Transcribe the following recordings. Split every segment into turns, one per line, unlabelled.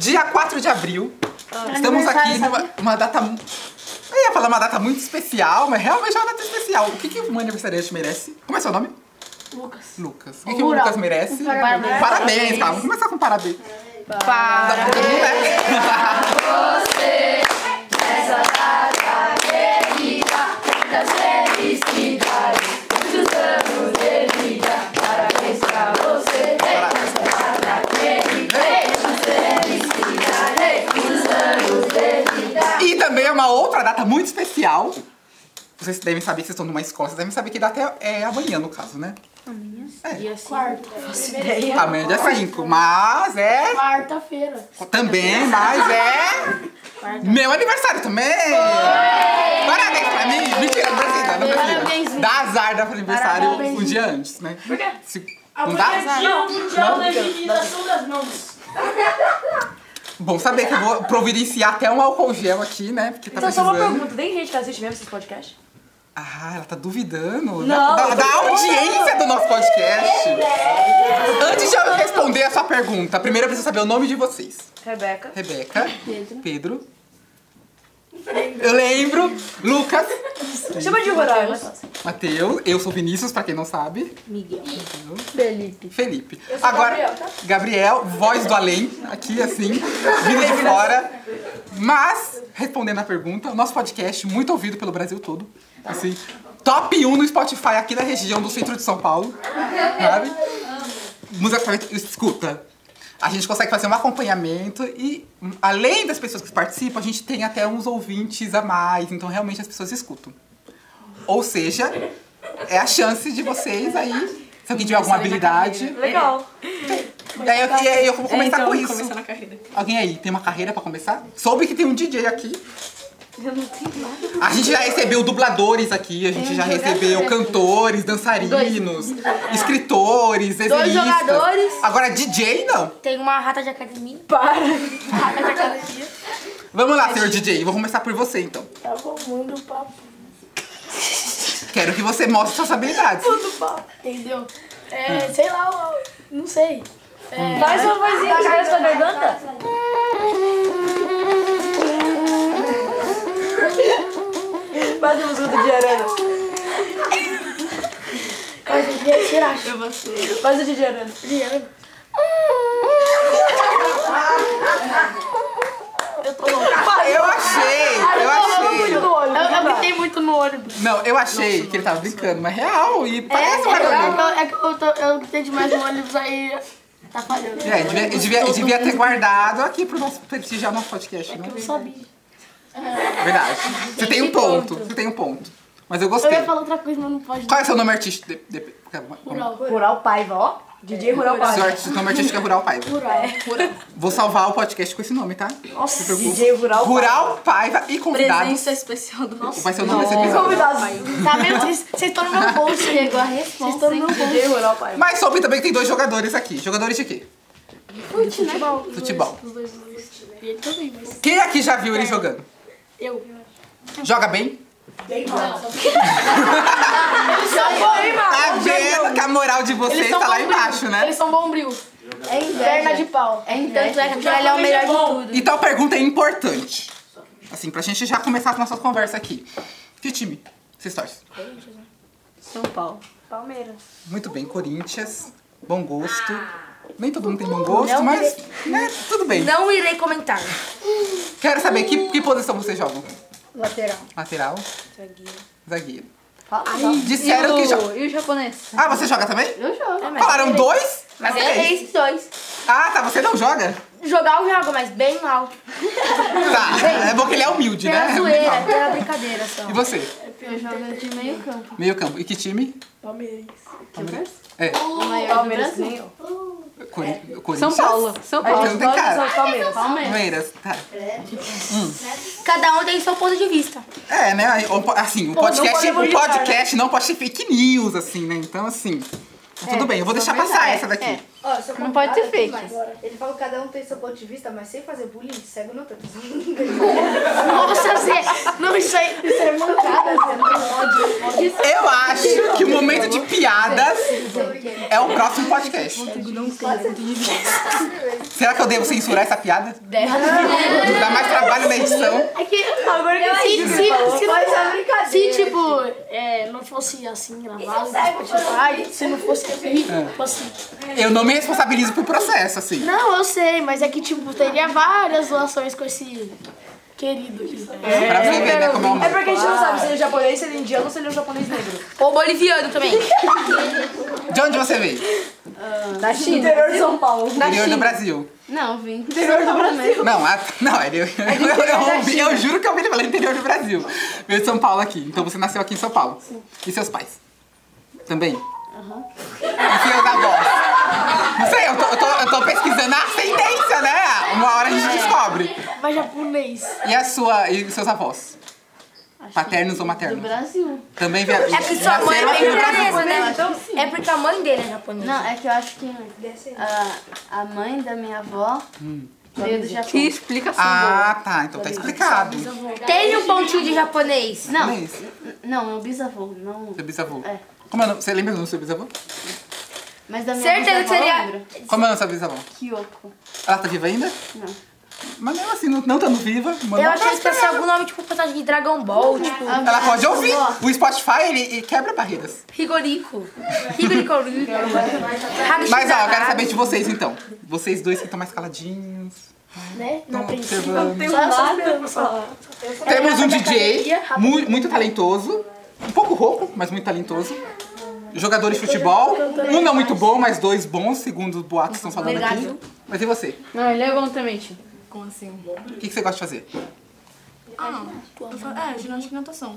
Dia 4 de abril. Estamos aqui numa uma data. mu- Eu ia falar uma data muito especial, mas realmente é uma data especial. O que, que um aniversariante merece? Como é seu nome?
Lucas.
Lucas. O que, que o Lucas merece?
parabéns.
Parabéns, tá? Vamos começar com parabéns. Parabéns. E também é uma outra data muito especial. Vocês devem saber que vocês estão numa escola, vocês devem saber que data é é amanhã, no caso, né?
Dia 5.
Amanhã é dia 5, mas é.
Quarta-feira.
Também, mas é. Meu aniversário também! Parabéns pra mim! Mentira, não precisa, não precisa. Dá azar dar pro aniversário um dia antes, né? Por quê? Não dá
Amanhã é
azar?
dia mundial da higienização das mãos.
Bom saber que eu vou providenciar até um álcool gel aqui, né? Porque tá
Então, só
precisando.
uma pergunta: tem gente que assiste mesmo esses podcasts?
Ah, ela tá duvidando da,
Não,
da-
eu tô
da audiência do nosso podcast. Antes de eu responder a sua pergunta, primeiro eu preciso saber o nome de vocês.
Rebeca.
Rebeca. Pedro. Eu lembro. Lucas.
Chama de Roraima. é mais fácil.
Matheus. Eu sou Vinícius, pra quem não sabe.
Miguel.
Felipe. Agora, Gabriel, voz do além, aqui assim, vindo de fora. Mas, respondendo a pergunta, o nosso podcast, muito ouvido pelo Brasil todo. Assim, top 1 no Spotify aqui da região do centro de São Paulo. Sabe? Musicalmente, escuta. A gente consegue fazer um acompanhamento e, hum, além das pessoas que participam, a gente tem até uns ouvintes a mais. Então, realmente, as pessoas escutam. Ou seja, é a chance de vocês aí, se alguém tiver alguma habilidade.
Legal.
E aí eu, e aí eu vou
É,
começar
então,
com isso.
começar na carreira.
Alguém aí tem uma carreira pra começar? Soube que tem um DJ aqui. A gente já recebeu dubladores aqui, a gente já recebeu cantores, dançarinos, escritores, desenhistas.
jogadores.
Agora DJ não.
Tem uma rata de academia.
Para.
Rata de academia.
Vamos lá, senhor DJ, vou começar por você então.
Tá bom, manda o papo.
Quero que você mostre suas habilidades.
Tudo papo. Entendeu? É, sei lá, ó, não sei. É,
Faz uma vozinha que sai da sua garganta. Faz a música do Diarana.
mas eu queria tirar.
Faz o de Diarana.
Eu achei, eu achei.
do olho.
Eu, eu gritei muito no ônibus.
Não, eu achei que ele tava brincando, mas real, e parece um
eu,
jogador.
eu, é que eu, tô, eu gritei demais no ônibus, aí tá falhando.
É, devia, devia, devia ter guardado aqui pro nosso prestigiar nosso podcast, né?
É Eu sabia.
Verdade. Você tem um ponto, você tem um ponto. Mas eu
Eu
gostei.
ia falar outra coisa, mas não pode.
Qual é seu nome artístico? De, de, calma, calma.
Rural Paiva, ó. DJ Rural
seu
Paiva.
arti- nome artístico é Rural Paiva.
Rural.
Vou salvar o podcast com esse nome, tá? Nossa,
DJ Rural
Rural Paiva e convidados.
Presença especial do nosso.
Vai ser o nome desse episódio.
Convidados.
Tá vendo? Vocês vocês estão no meu bolso. Chegou a resposta. Vocês estão no meu bolso.
DJ Rural Paiva.
Mas soube também que tem dois jogadores aqui. Jogadores de quê?
Futebol.
Futebol.
Os dois, os dois. E ele também, mas
Quem aqui já
É.
viu ele jogando?
eu.
Joga bem? Tá vendo que a moral de vocês tá lá embaixo, né?
Eles são bombril.
É inveja.
Perna de pau.
É inveja. Tanto é que aquele é o melhor de tudo.
Então a pergunta é importante. Assim, pra gente já começar com a nossa conversa aqui. Que time? Vocês torcem?
São Paulo.
Palmeiras.
Muito bem, Corinthians. Bom gosto. Nem todo mundo tem bom gosto, mas né, tudo bem.
Não irei comentar.
Quero saber que, que posição vocês jogam?
Lateral.
Lateral? Zagueiro.
Fala,
Zagueiro. Disseram que jogam.
E o japonês?
Ah, você joga também?
Eu jogo. é
Falaram dois?
Mas
Ah,
eu
três.
errei esses dois.
Ah, tá. Você não joga?
Jogar eu jogo, mas bem mal.
Tá. É bom que ele é humilde,
Pela
né?
zoeira, pela brincadeira só.
E você?
Eu jogo de meio campo.
Meio campo. E que time?
Palmeiras.
É.
Palmeiras ganhou.
É.
Cori- Corinthians.
São Paulo. São
A
Paulo.
Paulo.
gente
tem cara.
gosta de Palmeiras.
Palmeiras. Tá. Hum.
Cada um tem seu ponto de vista.
É, né? aí, o po- Assim, o podcast,
podemos
o
julgar,
podcast não pode ser fake news, assim, né? Então, assim.
É,
Tudo bem, eu vou deixar passar essa daqui.
Não pode ser fake.
Ele fala que cada um tem seu ponto de vista, mas sem fazer bullying, cego não tem.
Nossa
Não, isso aí. Isso é mancada, Zé.
Eu acho que o momento de piadas é o próximo podcast. Será que eu devo censurar essa piada? Deve. Dá mais trabalho na edição.
É que
Agora que eu
se, se,
entendi,
se,
falou. Faz a
não,
brincadeira.
se tipo, é, não fosse assim tipo gravado
é
no Spotify, se não fosse aqui, fosse...
Eu não me responsabilizo pro processo, assim.
Não, eu sei, mas é que tipo, teria várias zoações com esse querido aqui.
Pra você ver, né, como é o
É
mundo.
porque a gente não sabe se ele é japonês, se ele é indiano ou se ele é um japonês negro.
Ou boliviano também.
De onde você veio?
Da China. é Interior de São Paulo. Da
Interior do Brasil.
Assim. Não, vim.
Interior do Brasil.
Não, a- não,
É
ele- eu, eu, eu, ouvi- eu juro que eu ouvi ele falar interior do Brasil. Veio de São Paulo aqui. Então você nasceu aqui em São Paulo. E seus pais? Também? E seus avós? Não sei, eu tô, eu tô, eu tô pesquisando a ascendência, né? Uma hora a gente
É.
descobre.
Mas japonês.
E a sua, e os seus avós? Paternos ou
Do
maternos?
Brasil.
Também vieram.
É porque sua mãe
nasceram
é
aqui no Brasil.
japonesa, né?
Então sim.
É porque a mãe dele é japonesa.
Não, é que eu acho que ah, a, a mãe da minha avó veio do Japão.
Que explicação
Ah, tá. Então tá explicado.
Tem um pontinho de japonês.
Não,
Não é isso?
n- não, meu bisavô, não.
Seu bisavô.
É.
Como é o nome? Você lembra do nome do seu bisavô?
Mas da minha
Certeza que
bisavó eu
seria...
lembro.
Como é o nome do seu bisavô?
Kyoko.
Ela tá viva ainda?
Não.
Mas mesmo assim, não, não tando viva, manda
Eu
um
achei que
abraço pra
fosse
ela.
algum nome tipo personagem de Dragon Ball, tipo...
Ela pode ouvir. O Spotify, ele, ele quebra barreiras.
Rigorico. Rigorico. Hakusho
Mas, ó, eu quero
Zara.
saber de vocês, então. Vocês dois que estão mais caladinhos.
Né?
Não,
Na princípio.
observando.
Tem um lado.
Temos um
Rápido,
DJ
academia, rápido.
mu- muito talentoso, um pouco rouco, mas muito talentoso. Jogador de futebol, um não muito bom, mas dois bons, segundo os boatos que estão falando aqui. Mas e você?
Não, ele é bom também, tio.
Como assim?
O que que você gosta de fazer?
Ah, eu falo, é, ginástica e natação.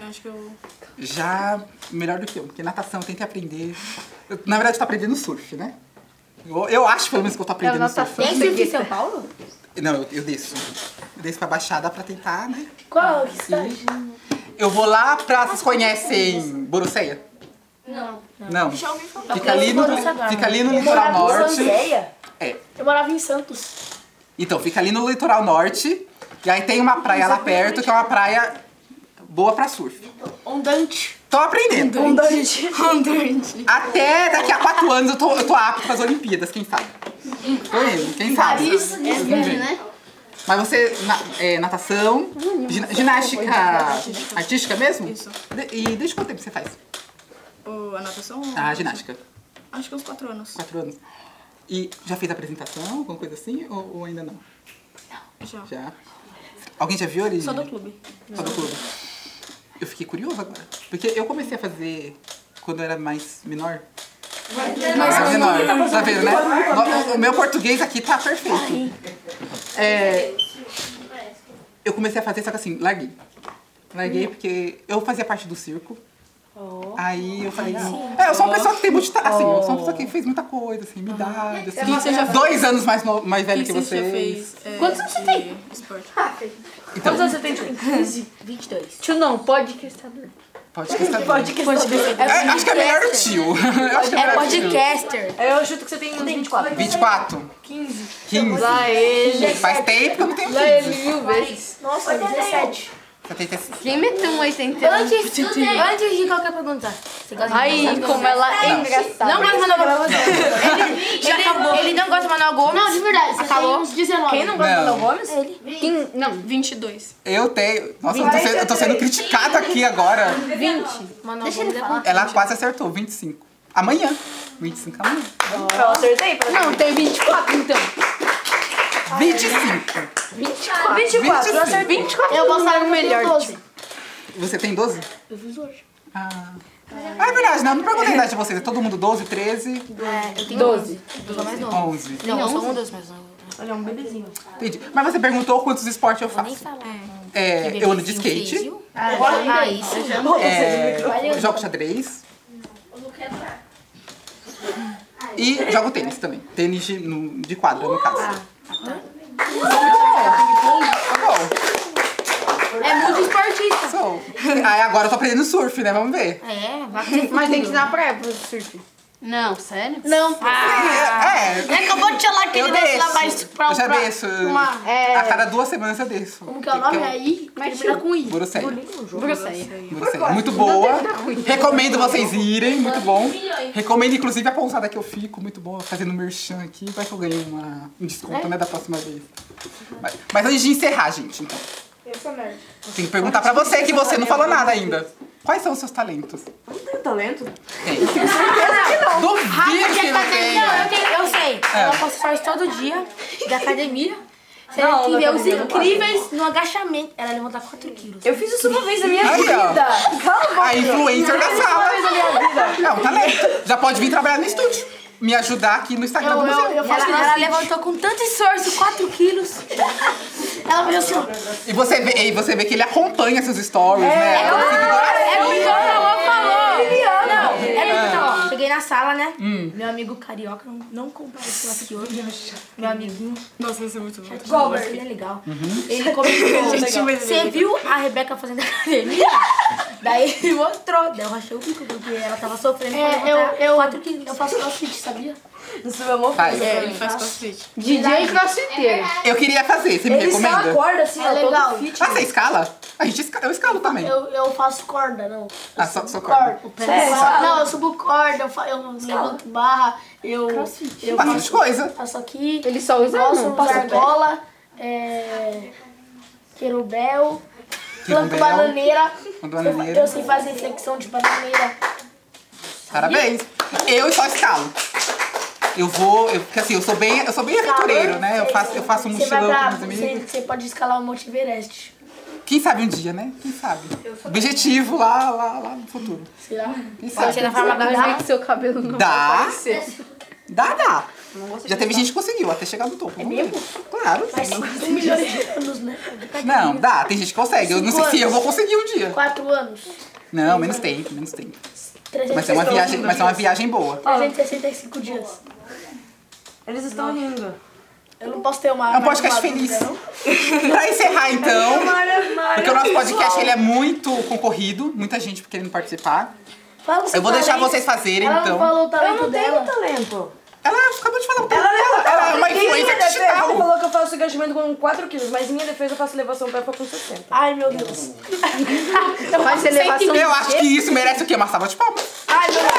Eu acho que eu.
Já melhor do que eu, porque natação tem que aprender. Eu, na verdade, tá aprendendo surf, né? Eu, eu acho pelo menos que eu tô
É,
aprendendo surf.
Tem surf em São Paulo?
Não, eu, eu desço. Eu desço pra baixada pra tentar, né?
Qual é que está?
Eu vou lá pra. Vocês conhecem Borusseia? Não. Não.
Já ouvi falar.
Fica ali no, fica ali no litoral norte. É.
Eu morava em Santos.
Então, fica ali no litoral norte. E aí tem uma praia lá perto, que é uma praia boa pra surf.
Ondante.
Tô aprendendo. Até daqui a quatro anos eu tô, eu tô apto pras Olimpíadas, quem sabe? Tô indo, quem sabe?
Paris.
Vocês vão ver.
Né?
Mas você, na- é, natação, gina- ginástica artística mesmo?
Isso.
De- e desde quanto tempo você faz
O- a natação?
a ginástica?
Acho que uns 4 anos.
Quatro anos. E já fez apresentação, alguma coisa assim? Ou, ou ainda não?
Já.
Já. Alguém já viu ele?
Só do clube.
Só do clube. Eu fiquei curiosa agora. Porque eu comecei a fazer quando eu era mais menor. Mais menor. Tá vendo, né? No- O meu português aqui tá perfeito. É, eu comecei a fazer, só que assim, larguei. Larguei porque eu fazia parte do circo.
Oh.
Aí eu falei, ah, é, eu sou uma pessoa que tem muita. Assim, eu sou uma pessoa que fez muita coisa, assim, me dá. Assim,
Oh. Ah. Você já-
dois anos mais, no- mais velho
O
que
que você já
vocês.
fez? É,
Quantos anos você
de
tem?
Esporte.
Ah,
Então,
Você tem tipo...
Tio não, podcastador.
pode que saber.
Podcast.
É, acho que é melhor o tio. Eu acho que é
É
melhor o tio.
podcaster.
Eu chuto que você tem uns 24.
24? 15. 15?
Lá ele.
Faz tempo que eu não tenho
Lá
15.
ele mil vezes.
Nossa, 17.
Você tem que ter-
Quem meteu um 80 anos?
Antes, antes de qualquer pergunta. Você gosta de
Aí,
mandar-
como ela é engraçada.
Não gosta de mandar Gomes. Ele, ele- ele não gosta de mandar Gomes.
Não, de verdade, você
Acabou.
tem uns 19.
Quem não gosta do
Não.
Léo Gomes?
Quem- Não,
22.
Eu tenho. Nossa, eu tô, sendo, eu tô sendo criticada aqui agora.
20.
Manoel Gomes é bom.
Ela quase acertou, 25. Amanhã. 25 amanhã.
Eu acertei pra
Não, tem 24 então.
25.
24.
24, eu acertei.
24.
Eu
é
gostava melhor. 12.
tipo,
Você tem 12?
Eu fiz hoje.
Ah. Ah, é verdade, não. Eu Não perguntei a idade de vocês. É todo mundo 12, 13,
12.
Eu sou mais novo.
11.
Não, eu sou um dos mais novos.
Olha, é um bebezinho.
Entendi. Mas você perguntou quantos esportes eu faço. É, eu ando de skate,
Físio. Ah, isso.
é, eu jogo xadrez. E jogo tênis também. Tênis de, no- de quadra, no caso.
Ah, tá.
Tá Sou
É muito esportista.
muito bom. Sou. Aí agora eu tô aprendendo surf, né? Vamos ver.
É, vai
Mas tem que ir na praia pro surf. Não, sério?
Não,
É, é,
ele acabou de falar que
Eu
ele desce lá
desço.
mais pra
eu já
pra-
desço.
uma-
É.
A cada duas semanas eu desço.
Como que é o nome É aí? Mas termina com I.
Borussia.
Bruxelas.
Muito, é muito boa. Recomendo vocês irem, muito bom. Recomendo, inclusive, a pousada que eu fico, muito boa, fazendo merchan aqui. Vai que eu ganhei uma- um desconto, né, da próxima vez. Mas, mas antes de encerrar, gente, então,
Eu sou nerd.
tem que perguntar pra você que você não falou nada ainda. Quais são os seus talentos?
Eu não tenho talento.
Tem. Duvido que não tenha.
eu, eu sei. Ela posta stories todo dia da academia. Você tem que ver os incríveis no agachamento. Ela levanta 4 quilos.
Eu fiz isso uma vez na minha
Aí, ó.
vida. Calma.
é A influencer da sala. É um talento. Já pode vir trabalhar no estúdio. Me ajudar aqui no Instagram do museu.
Ela, ela levantou com tanto esforço 4 quilos.
Ela fez assim, ó.
E você vê, e você vê que ele acompanha seus stories, né? É um seguidor
É o que o Tauan falou.
Não.
É, então, ó, cheguei na sala, né? Meu amigo carioca não, não compareceu aqui hoje. Meu amiguinho.
Nossa, isso é muito bom.
Gober. Ele é legal. Ele
é
comentou. assim, Você viu a Rebeca fazendo academia? Daí ele mostrou. Daí eu rachei o bico porque ela tava sofrendo. pra
É, eu,
levantar
eu,
quatro quilos.
eu faço crossfit, sabia?
Isso é amor.
Faz.
Ele faz crossfit.
DJ e crossfiteiro.
Eu queria fazer, você me
Ele só
recomenda?
acorda assim, ó,
É legal.
todo fit.
Ah, você escala? A gente escala, eu escalo também.
Eu, eu faço corda, não.
Ah, só, só corda.
Sério?
Não, eu subo corda, eu, fa- eu levanto barra, eu,
Bastante
eu faço,
coisa.
faço aqui,
Ele só usa a
faço
mão, Ah, passa o pé.
argola, é, querubel, planto
Querubel.
bananeira,
Planto
eu fa-
bananeira.
eu sei fazer flexão de bananeira.
Parabéns. Eu só escalo. Eu vou, eu, porque assim, eu sou bem, eu sou bem aventureiro, né? Eu faço, eu faço um
Você vai
mochilão
pra-
com meus
você-
amigos.
Você pode escalar o Monte Everest,
Quem sabe um dia, né? Quem sabe? Objetivo lá, lá, lá no futuro.
sei lá.
Quem sabe?
um.
Você na forma
Dá que seu cabelo não
Dá.
vai aparecer.
Dá, dá. Já teve gente que conseguiu até chegar no topo. É mesmo? Claro.
Um milhão de anos, né?
Não, dá. Tem gente que consegue. Eu não sei se eu vou conseguir um dia.
Quatro anos,
Não, menos tempo, menos tempo. Mas é
365,
uma viagem, mas é uma viagem boa.
365 dias.
Eles estão rindo.
Eu não posso ter uma...
É um podcast
mais uma
feliz.
vida, não?
pra encerrar, então, porque o nosso podcast ele é muito concorrido, muita gente querendo participar.
Fala o seu
Eu vou deixar
talento.
vocês fazerem,
Ela não
então.
falou o
Eu
talento
não tenho
dela.
talento.
Ela acabou de falar o
Ela
dela.
levanta
Ela é uma
Em minha
influencer
defesa, Você
digital.
falou que eu faço agachamento com 4 quilos, mas em minha defesa eu faço elevação pé com 60.
Ai, meu Deus.
Faz elevação
Eu acho que isso merece o quê? Uma salva de palmas.
Ai, meu Deus.